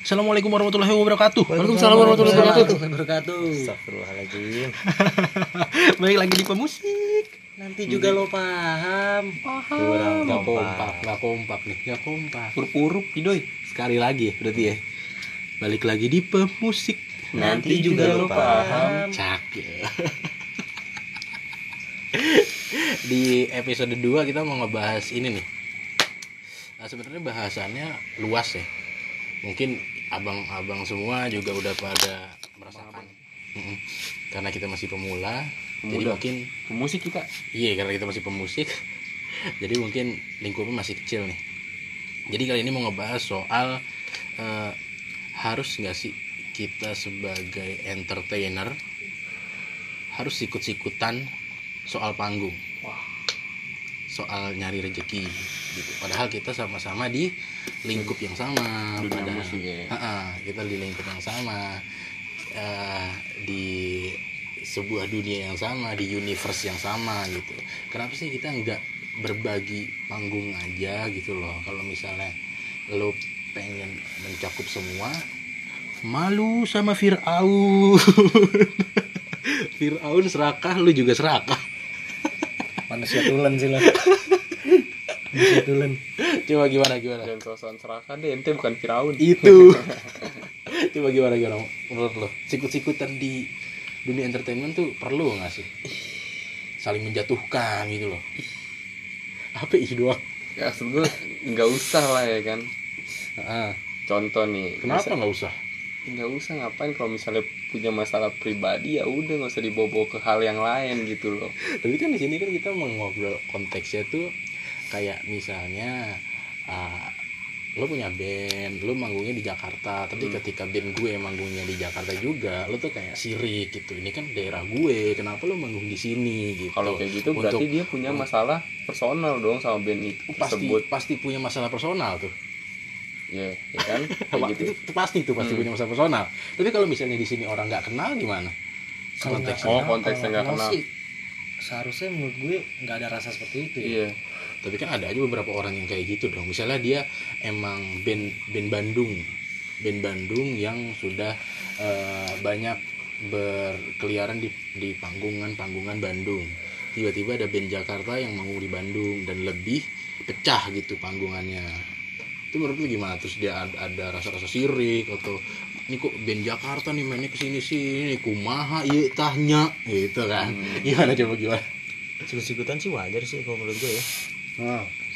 Assalamualaikum warahmatullahi wabarakatuh. Waalaikumsalam warahmatullahi wabarakatuh. wabarakatuh. Astagfirullahaladzim. Baik lagi di pemusik. Nanti juga lo paham. Kurang Nggak kompak, kompak. nggak kompak nih, nggak kompak. Urup-urup nih doi. Sekali lagi ya, berarti ya. Balik lagi di pemusik. Nanti juga lo paham. Cakep. Di episode 2 kita mau ngebahas ini nih. Nah, sebenarnya bahasannya luas ya. Mungkin abang-abang semua juga udah pada merasakan. Mm-mm. Karena kita masih pemula, jadi Pemuda. mungkin Pemusik kita. Iya karena kita masih pemusik Jadi mungkin lingkupnya masih kecil nih Jadi kali ini mau ngebahas soal eh, Harus nggak sih kita sebagai entertainer Harus sikut-sikutan soal panggung Soal nyari rejeki gitu. Padahal kita sama-sama di lingkup yang sama Dunia padahal- musik ya. Ha-ha, Kita di lingkup yang sama eh, Di sebuah dunia yang sama di universe yang sama gitu kenapa sih kita nggak berbagi panggung aja gitu loh kalau misalnya lo pengen mencakup semua malu sama Fir'aun Fir'aun serakah lu juga serakah Manusia tulen sih lo. Manusia tulen. coba gimana gimana Dan sosokan seraka deh, ente bukan Firaun. itu coba gimana gimana menurut lo sikut-sikutan di dunia entertainment tuh perlu nggak sih saling menjatuhkan gitu loh apa ih doang Ya sebut nggak usah lah ya kan. Heeh. Contoh nih. Kenapa nggak usah? bisa- Nggak usah ngapain kalau misalnya punya masalah pribadi ya udah nggak usah dibawa ke hal yang lain gitu loh. Tapi kan di sini kan kita mau ngobrol konteksnya tuh kayak misalnya ah, lo punya band, lo manggungnya di Jakarta, tapi Hmm. ketika band gue manggungnya di Jakarta juga, lo tuh kayak sirik gitu. Ini kan daerah gue, kenapa lo manggung di sini gitu? Kalau kayak gitu Untuk- Oh, berarti dia punya masalah personal dong sama band itu pasti tersebut. pasti punya masalah personal tuh. Ya, ya kan? Kayak Wah, gitu. itu, itu pasti tuh pasti punya masalah personal. Tapi kalau misalnya di sini orang nggak kenal gimana? Konteksnya. Oh, konteksnya nggak Kalau kenal. sih, Seharusnya menurut gue nggak ada rasa seperti itu. ya. Iya. tapi kan ada aja beberapa orang yang kayak gitu dong misalnya dia emang band band Bandung band Bandung yang sudah eh, banyak berkeliaran di di panggungan panggungan Bandung tiba-tiba ada band Jakarta yang manggung di Bandung dan lebih pecah gitu panggungannya itu menurut lu gimana terus dia ada, ada rasa-rasa sirik atau ini kok band Jakarta nih mainnya kesini sini kumaha iya tahnya gitu kan gimana coba gimana Sikut-sikutan sih wajar sih kalau menurut gue ya.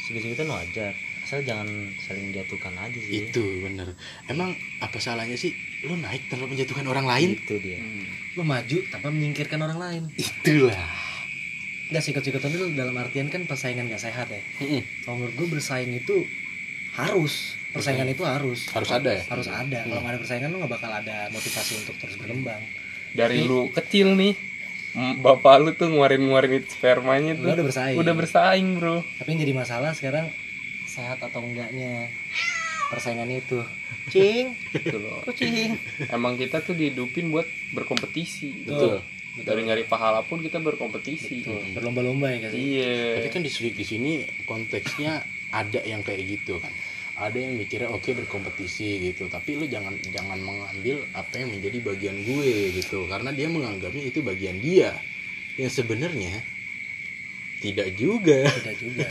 Sikut-sikutan wajar. Asal jangan saling menjatuhkan aja sih. itu bener emang apa salahnya sih lu naik tanpa menjatuhkan orang lain Itu dia. Hmm. Lo maju tanpa menyingkirkan orang lain. itulah Nggak sikut-sikutan itu dalam artian kan persaingan nggak sehat ya. Kalau menurut gue bersaing itu harus. Persaingan itu harus. harus ada ya harus ada kalau nggak ada persaingan lu nggak bakal ada motivasi untuk terus berkembang Dari lu kecil nih. m- Bapak lu tuh nguarin-nguarin itu spermanya lu tuh. udah bersaing Udah bersaing, Bro. tapi yang jadi masalah sekarang sehat atau enggaknya persaingan itu cing Gitu loh. kucing Emang kita tuh dihidupin buat berkompetisi. betul Dari nyari pahala pun kita berkompetisi. berlomba-lomba ya guys tapi Iya. kan di sini- di sini konteksnya ada yang kayak gitu kan ada yang mikirnya oke berkompetisi gitu tapi lu jangan jangan mengambil apa yang menjadi bagian gue gitu karena dia menganggapnya itu bagian dia yang sebenarnya tidak juga tidak juga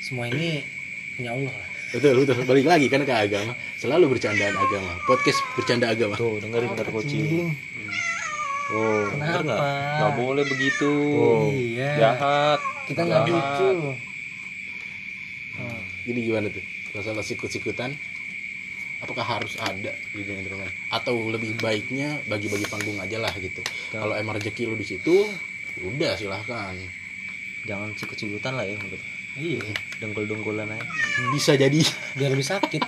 semua ini punya Allah lah betul betul balik lagi kan ke agama selalu bercandaan agama podcast bercanda agama Tuh dengerin ntar kucing. Oh, denger nggak? kenapa Gak boleh begitu. Oh, iya Jahat. kita Jahat. nggak lucu Jadi gimana tuh? Masalah sikut-sikutan apakah harus ada di dunia entertainment? Atau lebih baiknya bagi-bagi panggung aja lah gitu. Kalau emang rezeki lu di situ, udah silahkan. Jangan sikut-sikutan lah ya menurut. iya Dengkul-dengkulan aja. Bisa jadi biar lebih sakit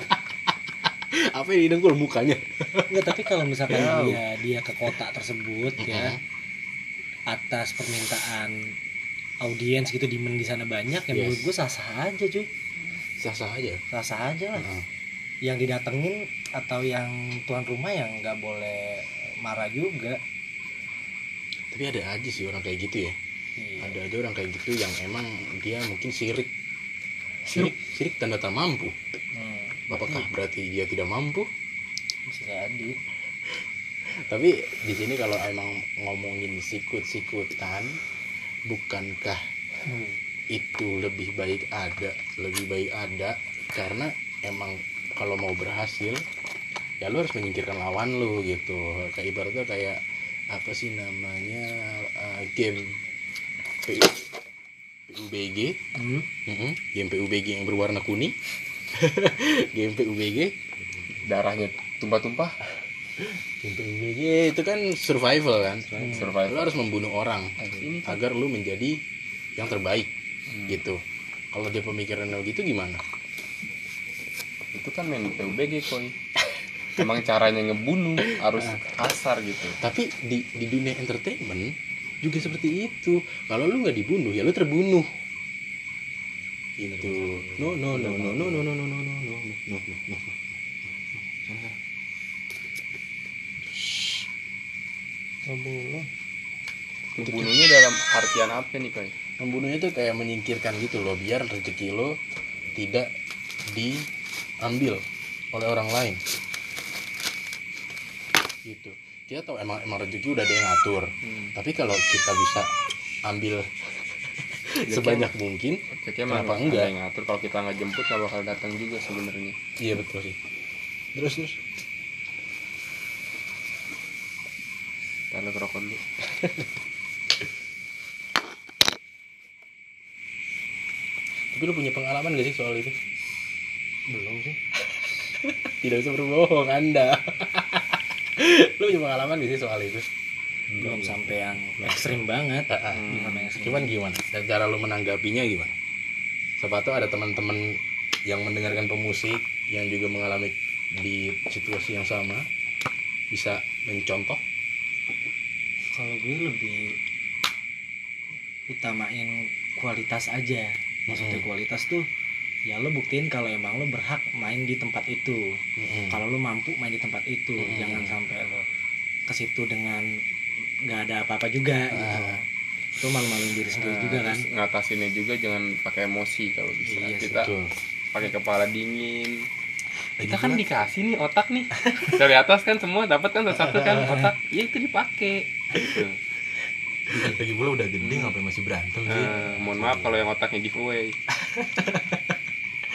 apa yang didengkul mukanya? Enggak, tapi kalau misalkan dia dia ke kota tersebut ya atas permintaan audiens gitu demand di sana banyak ya Yes. menurut gue sah-sah aja cuy Sah-sah aja. sah-sah aja lah Heeh. yang didatengin atau yang tuan rumah yang nggak boleh marah juga Tapi ada aja sih orang kayak gitu ya. Iya. Ada aja orang kayak gitu yang emang dia mungkin sirik. Sirik, sirik tanda tak mampu. Hmm. Apakah berarti dia tidak mampu? bisa jadi Tapi di sini kalau emang ngomongin sikut-sikutan, bukankah Hmm. itu lebih baik ada, lebih baik ada karena emang kalau mau berhasil ya lu harus menyingkirkan lawan lu gitu. Kayak ibaratnya kayak apa sih namanya uh, game PU, PUBG Hmm. Mm-mm, game PUBG yang berwarna kuning game PUBG darahnya tumpah-tumpah game PUBG itu kan survival kan lu survival harus membunuh orang ini agar lu menjadi yang terbaik gitu kalau dia pemikiran lu gitu gimana itu kan main PUBG koi emang caranya ngebunuh harus Ah. kasar gitu tapi di di dunia entertainment juga seperti itu kalau lu nggak dibunuh ya lu terbunuh gitu no no no no no no no no no no no no no no ngebunuhnya dalam artian apa nih koi membunuhnya tuh kayak menyingkirkan gitu loh biar rezeki lo tidak diambil oleh orang lain gitu kita tahu emang emang rezeki udah ada yang ngatur tapi kalau kita bisa ambil sebanyak mungkin Jadi emang Kenapa ada enggak? yang ngatur kalau kita nggak jemput nggak bakal datang juga sebenarnya iya betul sih terus terus Taruh rokok dulu tapi lu punya pengalaman gak sih soal itu belum sih tidak bisa berbohong anda lu punya pengalaman gak sih soal itu belum sampai yang ekstrim banget belum sampai yang ekstrim Hmm. Cuman gimana? Dan Cara lu menanggapinya gimana? Siapa tahu ada teman-teman yang mendengarkan pemusik yang juga mengalami di situasi yang sama bisa mencontoh. kalau gue lebih utamain kualitas aja maksudnya Mm-mm. kualitas tuh ya lo buktiin kalau emang lo berhak main di tempat itu Hmm. kalau lo mampu main di tempat itu Mm-mm. jangan sampai lo ke situ dengan nggak ada apa-apa juga Ah. gitu itu malu-maluin diri sendiri Nah, juga kan terus ngatasinnya juga jangan pakai emosi kalau bisa Iya sih, kita Betul. pakai kepala dingin Ah, kita kan dikasih nih otak nih dari atas kan semua dapat kan satu kan otak ya itu dipakai gitu. Lagi pula udah gede ngapain masih berantem sih? Nah, mohon maaf kalau yang otaknya giveaway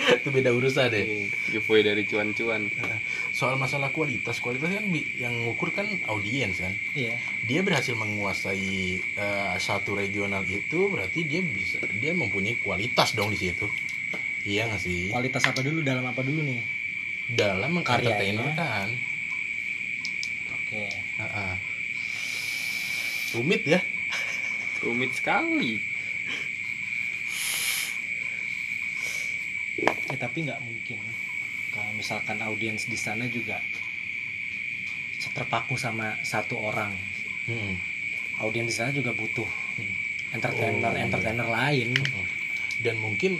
Itu beda urusan deh. giveaway dari cuan-cuan Soal masalah kualitas, kualitas kan bi- yang ngukur kan audiens kan. iya Dia berhasil menguasai eh, satu regional itu berarti dia bisa dia mempunyai kualitas dong di situ. Iya nggak sih? kualitas apa dulu dalam apa dulu nih dalam Karyanya. entertainer kan oke Heeh. rumit ya rumit sekali ya, tapi nggak mungkin kalau misalkan audiens di sana juga terpaku sama satu orang Hmm. audiens di sana juga butuh entertainer Oh, iya. entertainer lain dan mungkin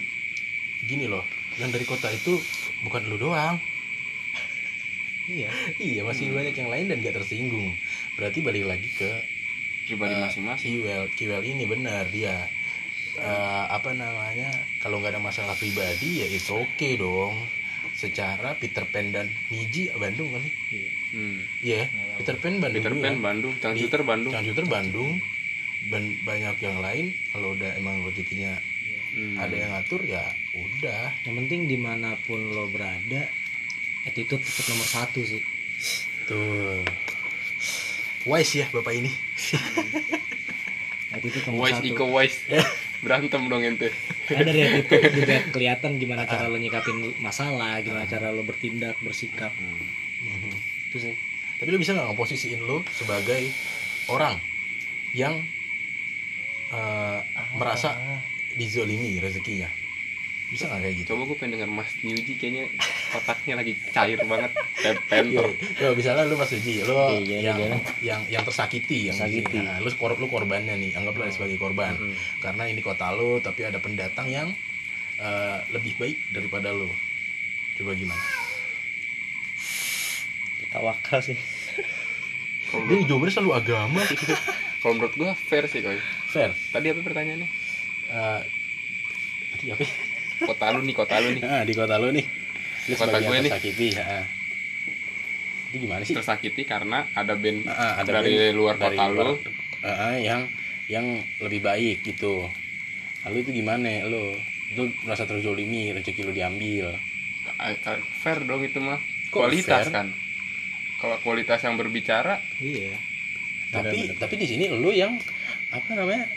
gini loh yang dari kota itu bukan lu doang iya iya masih banyak yang lain dan gak tersinggung berarti balik lagi ke pribadi eh, masing-masing Kiwel Kiwel ini benar dia eh, apa namanya kalau nggak ada masalah pribadi ya it's okay dong secara Peter Pan dan Niji Bandung kali hmm. iya Peter Pan Bandung Peter juga. Pan Bandung Cangcuter Bandung Cangcuter Bandung dan banyak yang lain kalau udah emang rezekinya Hmm. ada yang ngatur ya udah yang penting dimanapun lo berada attitude tetap nomor satu sih tuh wise ya bapak ini attitude nomor Wise satu Iko Wise berantem dong ente Karena dari attitude juga kelihatan gimana cara lo nyikapin masalah gimana cara lo bertindak bersikap Mhm. itu sih tapi lu bisa nggak ngeposisiin lu sebagai orang yang eh, merasa dizolimi rezekinya bisa nggak kayak gitu coba gue pengen denger Mas Newji kayaknya otaknya lagi cair banget kayak Yo, pentor yo, misalnya lu pas uji, lu Iya, yang, iya. yang yang tersakiti, Hmm. yang Tersakiti. Nah, lu kor lu korbannya nih, anggaplah sebagai korban. Karena ini kota lu, tapi ada pendatang yang eh, lebih baik daripada lu. Coba gimana? tawakal sih Kalau Iya. Dia jawabannya selalu agama. Kalau menurut gua fair sih koi. Fair. Tadi apa pertanyaannya? Eh, tadi apa? ya? Kota lu nih, kota lu nih. Ah, di kota lu nih. Lu Kota sebagai gue yang nih. tersakiti, heeh. itu gimana sih tersakiti karena ada band Heeh, Ah, ada dari band luar dari kota lu luar- Heeh, yang yang lebih baik gitu lalu itu gimana lo lu merasa terzolimi rezeki lu diambil Ah, ah, fair dong itu mah Kok kualitas fair? kan kalau kualitas yang berbicara Iya. tapi tapi di sini lu yang apa namanya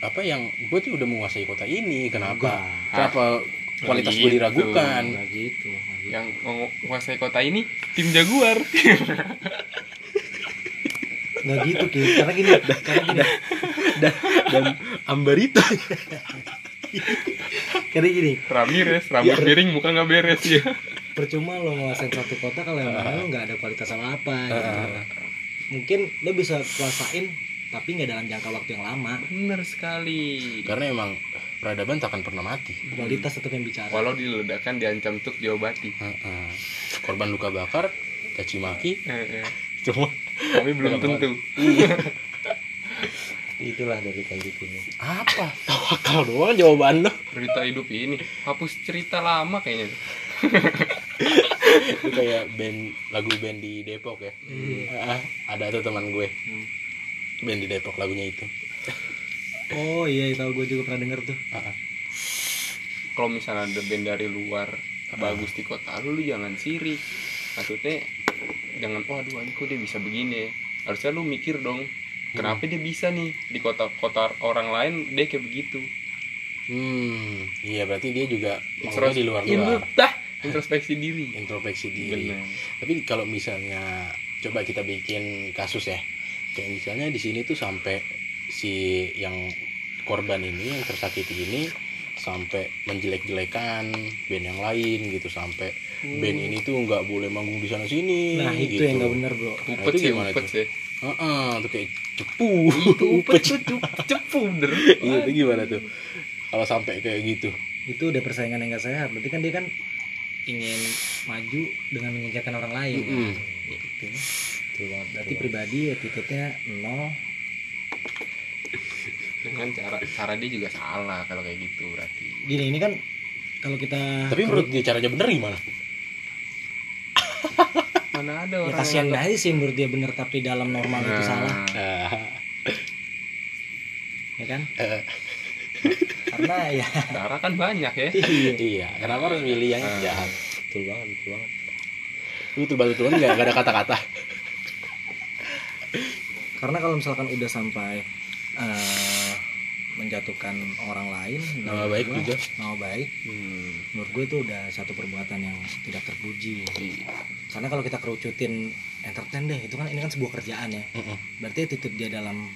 apa yang gue tuh udah menguasai kota ini kenapa kenapa kualitas gue Gitu. diragukan Enggak gitu. yang menguasai kota ini tim jaguar nggak gitu Ki. karena gini karena gini Dan, dan Ambarita. karena gini Ramirez rambut Iya. miring muka nggak beres ya percuma lo nguasain satu kota kalau emang lo nggak ada kualitas sama apa gitu. mungkin lo bisa kuasain tapi nggak dalam jangka waktu yang lama bener sekali karena emang peradaban tak akan pernah mati kualitas tetap yang bicara walau diledakkan diancam tuk Jawa Bati Heeh. korban luka bakar caci maki Eh, eh. cuma tapi belum Dalam tentu itulah dari kayak gitu apa tawakal doang jawaban lo cerita hidup ini hapus cerita lama kayaknya itu kayak band lagu band di Depok ya Heeh, ada tuh teman gue Hmm. band di Depok lagunya itu oh iya tau gue juga pernah denger tuh Heeh. kalau misalnya ada band dari luar bagus di kota lu lu jangan sirik maksudnya jangan oh aduh anjing, kok dia bisa begini ya?" harusnya lu mikir dong kenapa Hmm. dia bisa nih di kota kota orang lain dia kayak begitu hmm iya berarti dia juga maunya Intros- di luar luar Intah, introspeksi diri introspeksi diri Bener. Tapi kalau misalnya coba kita bikin kasus ya. Kayak misalnya di sini tuh sampai si yang korban ini yang tersakiti ini sampai menjelek-jelekan band yang lain gitu sampai band ini tuh nggak boleh manggung di sana sini Hmm. nah itu gitu. yang nggak benar bro upet itu sih gimana upet tuh? sih Heeh, tuh kayak cepu itu upet tuh cep- cepu bener iya itu gimana tuh kalau sampai kayak gitu itu udah persaingan yang gak sehat berarti kan dia kan ingin maju dengan mengincarkan orang lain Mm-mm. gitu. berarti pribadi attitude-nya nol dengan cara cara dia juga salah kalau kayak gitu berarti gini ini kan Nah, kalau kita tapi menurut dia caranya bener gimana mana ada ya orang kasihan yang- aja sih menurut dia bener tapi dalam normal itu Nah, salah Ah, ya kan eh, karena ya cara kan banyak ya iya kenapa harus milih yang Ah. jahat betul banget betul banget lu tuh batu tuan nggak nggak ada kata-kata karena kalau misalkan udah sampai eh, menjatuhkan orang lain Nama menurut baik gua, juga. nama baik Hmm, menurut gue itu udah satu perbuatan yang tidak terpuji iya. karena kalau kita kerucutin entertain deh itu kan ini kan sebuah kerjaan ya Mm-mm. berarti attitude dia dalam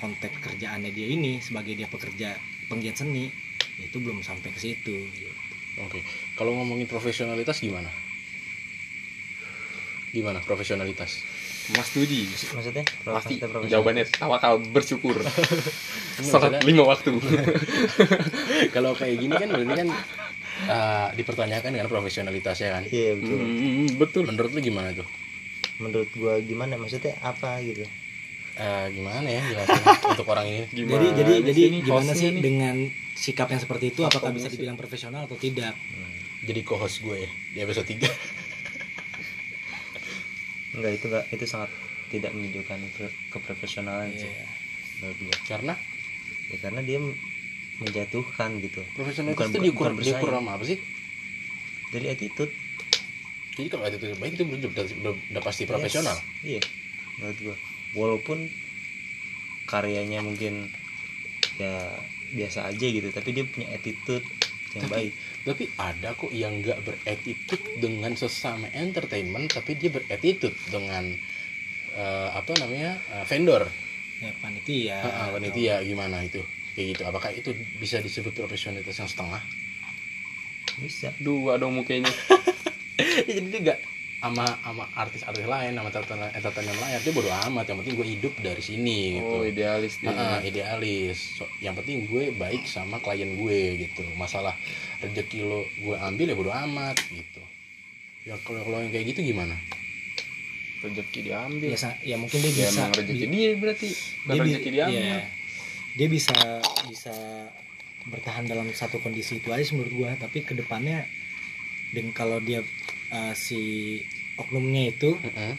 konteks kerjaannya dia ini sebagai dia pekerja penggiat seni itu belum sampai ke situ Oke, kalau ngomongin profesionalitas gimana? Gimana profesionalitas? mas Tudi maksudnya pasti jawabannya tawakal bersyukur maksudnya- sholat lima waktu kalau kayak gini kan berarti kan eh, dipertanyakan kan profesionalitasnya kan? Iya betul. Mm, betul Menurut lu gimana tuh? Menurut gua gimana maksudnya apa gitu. Eh, gimana ya jelasin untuk orang ini? Gimana jadi jadi jadi sih ini gimana hostnya sih nih? dengan sikap yang seperti itu apakah bisa dibilang profesional atau tidak Jadi co-host gue ya, di episode 3 Enggak itu enggak itu sangat tidak menunjukkan pro- keprofesionalan sih menurut gua. Karena Ya, karena dia m- menjatuhkan gitu. profesionalitas Bukan- itu bukan- diukur, bukan diukur bersaing. sama apa sih? Dari attitude Jadi kalau itu baik itu udah, udah, udah pasti yes. profesional. Iya. Menurut gua. Walaupun karyanya mungkin ya biasa aja gitu, tapi dia punya attitude yang baik. Tapi ada kok yang nggak beretitut dengan sesama entertainment, tapi dia beretitut dengan eh, apa namanya eh, vendor, ya panitia Ah, ah, panitia gimana itu, kayak gitu. Apakah itu bisa disebut profesionalitas yang setengah? Bisa. dua dong mukanya ya, jadi dia nggak sama sama artis-artis lain, sama entertainer entertainer lain, dia bodo amat. Yang penting gue hidup dari sini gitu. oh idealis dia Ah, ah, idealis. So, yang penting gue baik sama klien gue gitu. Masalah rezeki lo gue ambil ya bodo amat gitu. Ya kalau kalau yang kayak gitu gimana? rezeki diambil ya, sa- ya mungkin dia ya bisa emang rezeki dia berarti bukan dia, bi- rezeki diambil iya. dia bisa bisa bertahan dalam satu kondisi itu aja sih menurut gua tapi kedepannya dan kalau dia eh, si oknumnya itu Mm-mm.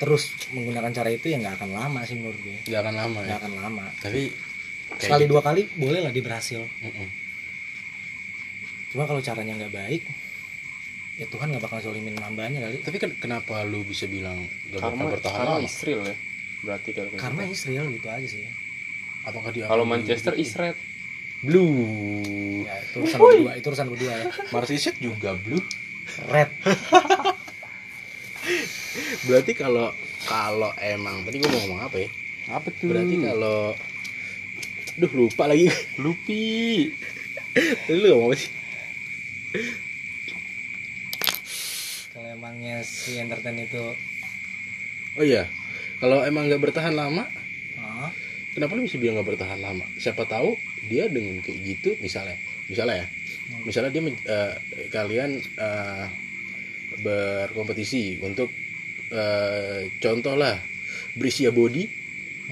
terus menggunakan cara itu ya nggak akan lama sih menurut gue nggak akan lama ya nggak akan lama tapi kayak sekali gitu. dua kali boleh lah dia berhasil Mm-mm. cuma kalau caranya nggak baik ya Tuhan nggak bakal zolimin hambanya kali tapi ken- kenapa lu bisa bilang gak karma bakal bertahan karma lama Israel ya berarti kalau kayak karena gitu. Israel gitu aja sih apakah iya. dia kalau Manchester Israel blue ya itu urusan berdua itu urusan berdua ya Marsiset juga blue red berarti kalau kalau emang tadi gue mau ngomong apa ya apa tuh berarti kalau duh lupa lagi Lupi Tadi lu ngomong apa sih kalau emangnya si entertain itu oh iya kalau emang nggak bertahan lama ah, kenapa lu bisa bilang nggak bertahan lama siapa tahu dia dengan kayak gitu misalnya misalnya ya misalnya dia men- eh, kalian eh, berkompetisi untuk eh, contoh lah Brisia Body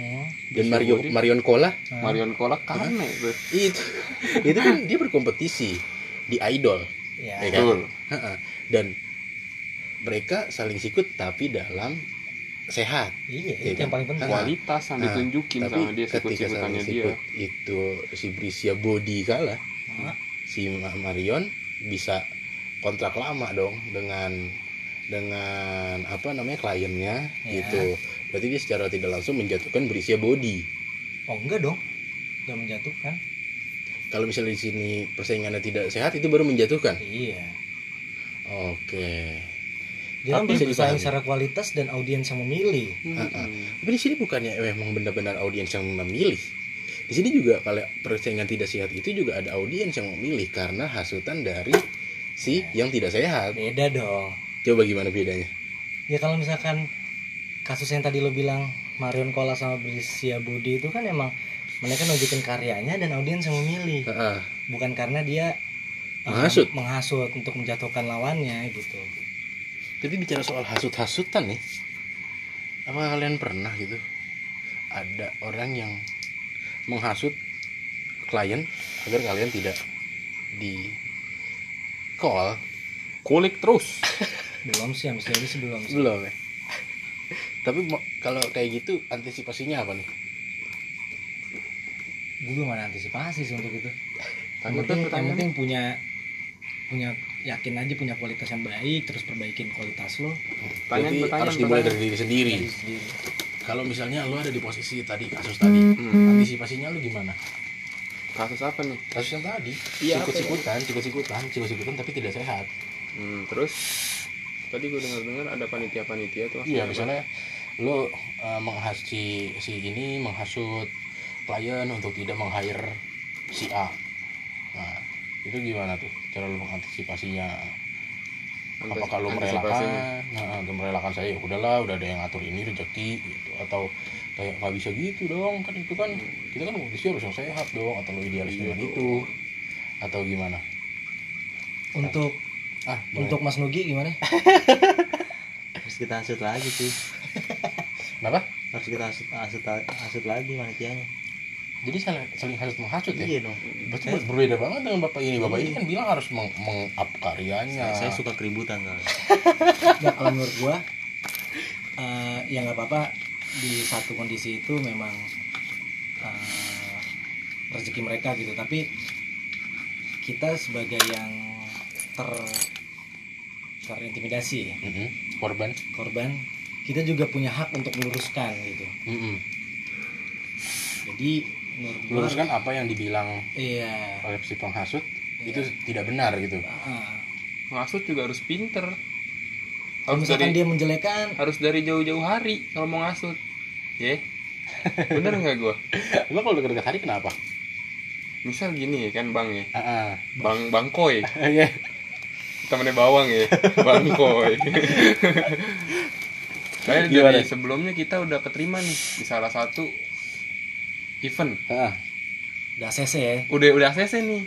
hmm, dan Brisia Mario Iya Body. Marion Kola Marion Kolak karena itu itu itu kan dia berkompetisi di idol ya ya kan? betul Heeh. dan mereka saling sikut tapi dalam sehat iya Iya itu kan? yang paling penting Wah, kualitas yang Nah, ditunjukin tapi sama dia ketika saling sikut-sikutannya dia sikut itu si Brisia Body kalah Hmm. Ah, si Ma- Marion bisa kontrak lama dong dengan dengan apa namanya kliennya Ya. gitu. Berarti dia secara tidak langsung menjatuhkan berisia body. oh enggak dong nggak menjatuhkan Kalau misalnya di sini persaingannya tidak sehat itu baru menjatuhkan. iya Oke. dia kan Apa bisa dipahami? bersaing secara kualitas dan audiens yang memilih Hmm. Mm-mm. Tapi di sini bukannya memang benar-benar audiens yang memilih. Di sini juga kalau persaingan tidak sehat itu juga ada audiens yang memilih karena hasutan dari si Ya. yang tidak sehat. beda dong Coba gimana bedanya? ya kalau misalkan kasus yang tadi lo bilang Marion Kola sama Brisia Budi itu kan emang mereka nunjukin karyanya dan audiens yang memilih Heeh. bukan karena dia eh, Menghasut. menghasut untuk menjatuhkan lawannya gitu Tapi bicara soal hasut-hasutan nih, apa kalian pernah gitu ada orang yang menghasut klien agar kalian tidak di call kulik terus belum sih habis ini sih belum sih belum ya? Tapi mo- kalau kayak gitu antisipasinya apa nih? gue belum ada antisipasi sih untuk itu yang Tanya penting, tuh, yang tanya. penting punya punya yakin aja punya kualitas yang baik terus perbaikin kualitas lo Pertanyaan, Berarti pertanyaan, harus dimulai pertanyaan. Iya. dari diri sendiri. dari sendiri Kalau misalnya lu ada di posisi tadi kasus tadi, Hmm. antisipasinya lu gimana? kasus apa nih Kasus yang tadi, Iya, apa ya? sikut-sikutan, sikut-sikutan, sikut-sikutan tapi tidak sehat. Hmm, terus tadi gue dengar-dengar ada panitia-panitia tuh Iya maksudnya misalnya lo eh, menghas si, si ini menghasut klien untuk tidak meng-hire si A. Nah, itu gimana tuh cara lo mengantisipasinya? Antis- Apakah lo antisipasinya. merelakan? Nah, lo merelakan saya ya udahlah, udah ada yang ngatur ini rezeki gitu atau kayak nggak bisa gitu dong kan itu kan kita kan kompetisi harus yang sehat dong atau lo idealis Iya dengan dong. itu atau gimana? untuk Ah, gimana? untuk Mas Nugi gimana harus kita hasut lagi sih kenapa? harus kita hasut hasut, hasut lagi manitianya Jadi saling, saling hasut menghasut ya? iya dong Berarti Saya- ber- berbeda banget dengan bapak ini. Bapak ini kan bilang harus meng, meng-up karyanya. saya, saya suka keributan kalau Nah, kalau menurut gua eh, ya nggak apa-apa di satu kondisi itu memang eh, rezeki mereka gitu tapi kita sebagai yang ter terintimidasi Mm-mm. Korban. korban kita juga punya hak untuk meluruskan gitu Mm-mm. jadi menurut gua Luruskan apa yang dibilang iya oleh si penghasut itu tidak benar gitu. Ah, Ngasut juga harus pinter kalau harus misalkan dari dia menjelekan harus dari jauh-jauh hari kalau mau ngasut ya bener nggak gue Lo kalau dekat-dekat hari kenapa? misal gini ya kan bang ya Ah, bang bang koy ah. Iya. temennya bawang ya bang koy saya dari Gimana? sebelumnya kita udah keterima nih di salah satu event Ah. udah CC ya udah udah ACC nih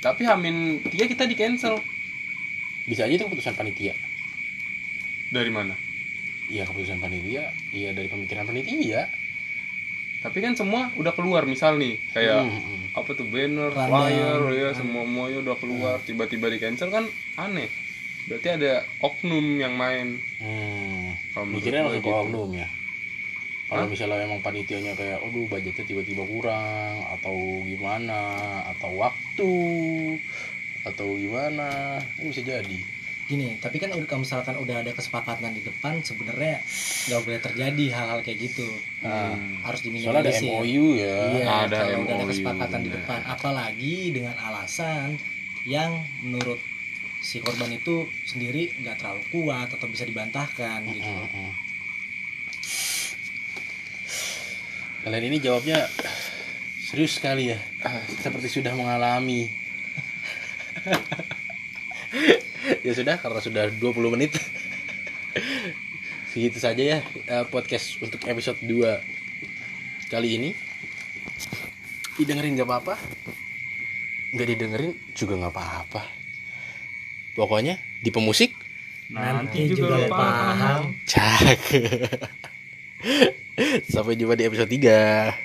tapi hamin tiga kita di cancel Bisa aja itu keputusan panitia. dari mana Iya keputusan panitia. Iya dari pemikiran panitia. tapi kan semua udah keluar misal nih kayak Mm-mm. apa tuh banner iya, Rundown. Hmm. flyer ya semua semuanya udah keluar tiba-tiba di cancel kan aneh berarti ada oknum yang main Hmm. Kalau menurut Mikirnya gua langsung ke gitu. oknum ya. Kalau Hah? misalnya memang panitianya kayak, aduh budgetnya tiba-tiba kurang, atau gimana, atau waktu, atau gimana, ini bisa jadi. gini tapi kan udah kalau misalkan udah ada kesepakatan di depan sebenarnya nggak boleh terjadi hal-hal kayak gitu Nah, harus soalnya ada diminimalisir MOU ya. iya Ada kalau udah ada MOU, kesepakatan di bener. depan apalagi dengan alasan yang menurut si korban itu sendiri nggak terlalu kuat atau bisa dibantahkan gitu Mm-mm. Kalian ini jawabnya serius sekali ya, Ah, seperti sudah mengalami. ya sudah, karena sudah 20 menit. Segitu saja ya eh, podcast untuk episode 2 kali ini. Didengerin gak apa-apa, nggak didengerin juga nggak apa-apa. Pokoknya di pemusik nanti juga paham Cak. Sampai jumpa di episode 3.